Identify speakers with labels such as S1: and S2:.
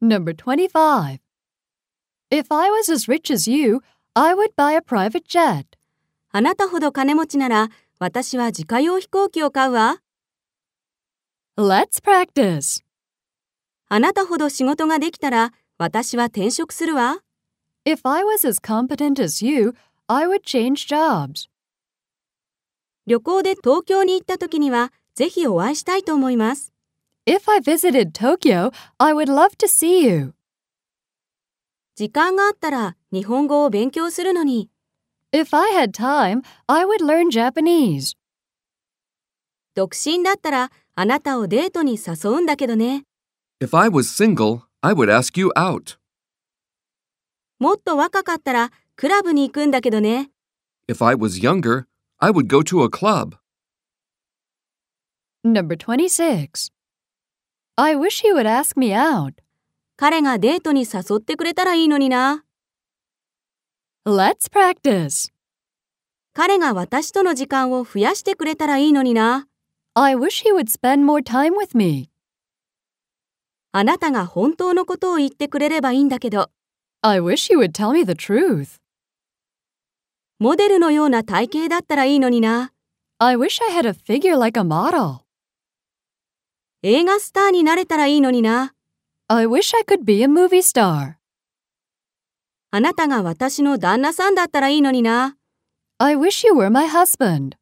S1: Number 25. If I was as rich as you, I would buy a private jet.
S2: あなたほど金持ちなら、私は自家用飛行機を買うわ。
S1: Let's practice.
S2: あなたほど仕事ができたら、私は転職するわ。
S1: If I was as competent as you, I would change jobs.
S2: 旅行で東京に行った時には、ぜひお会いしたいと思います。
S1: If I visited Tokyo, I would love to see you.
S2: 時間があったら、日本語を勉強するのに。
S1: If I had time, I would learn Japanese.
S2: 独身だったら、あなたをデートに誘うんだけどね。
S3: If I was single, I would ask you out.
S2: もっと若かったら、クラブに行くんだけどね。
S3: If I was younger, I would go to a club.
S1: Number 26. I wish he would ask me out.
S2: 彼がデートに誘ってくれたらいいのにな。
S1: Let's practice.
S2: 彼が私との時間を増やしてくれたらいいのにな。
S1: I wish he would spend more time with me.
S2: あなたが本当のことを言ってくれればいいんだけど、
S1: I wish he would tell me the truth.
S2: モデルのような体型だったらいいのにな。
S1: I wish I had a figure like a model.
S2: 映画スターになれたらいいのにな。
S1: I wish I could be a movie star.
S2: あなたが私の旦那さんだったらいいのにな。
S1: I wish you were my husband.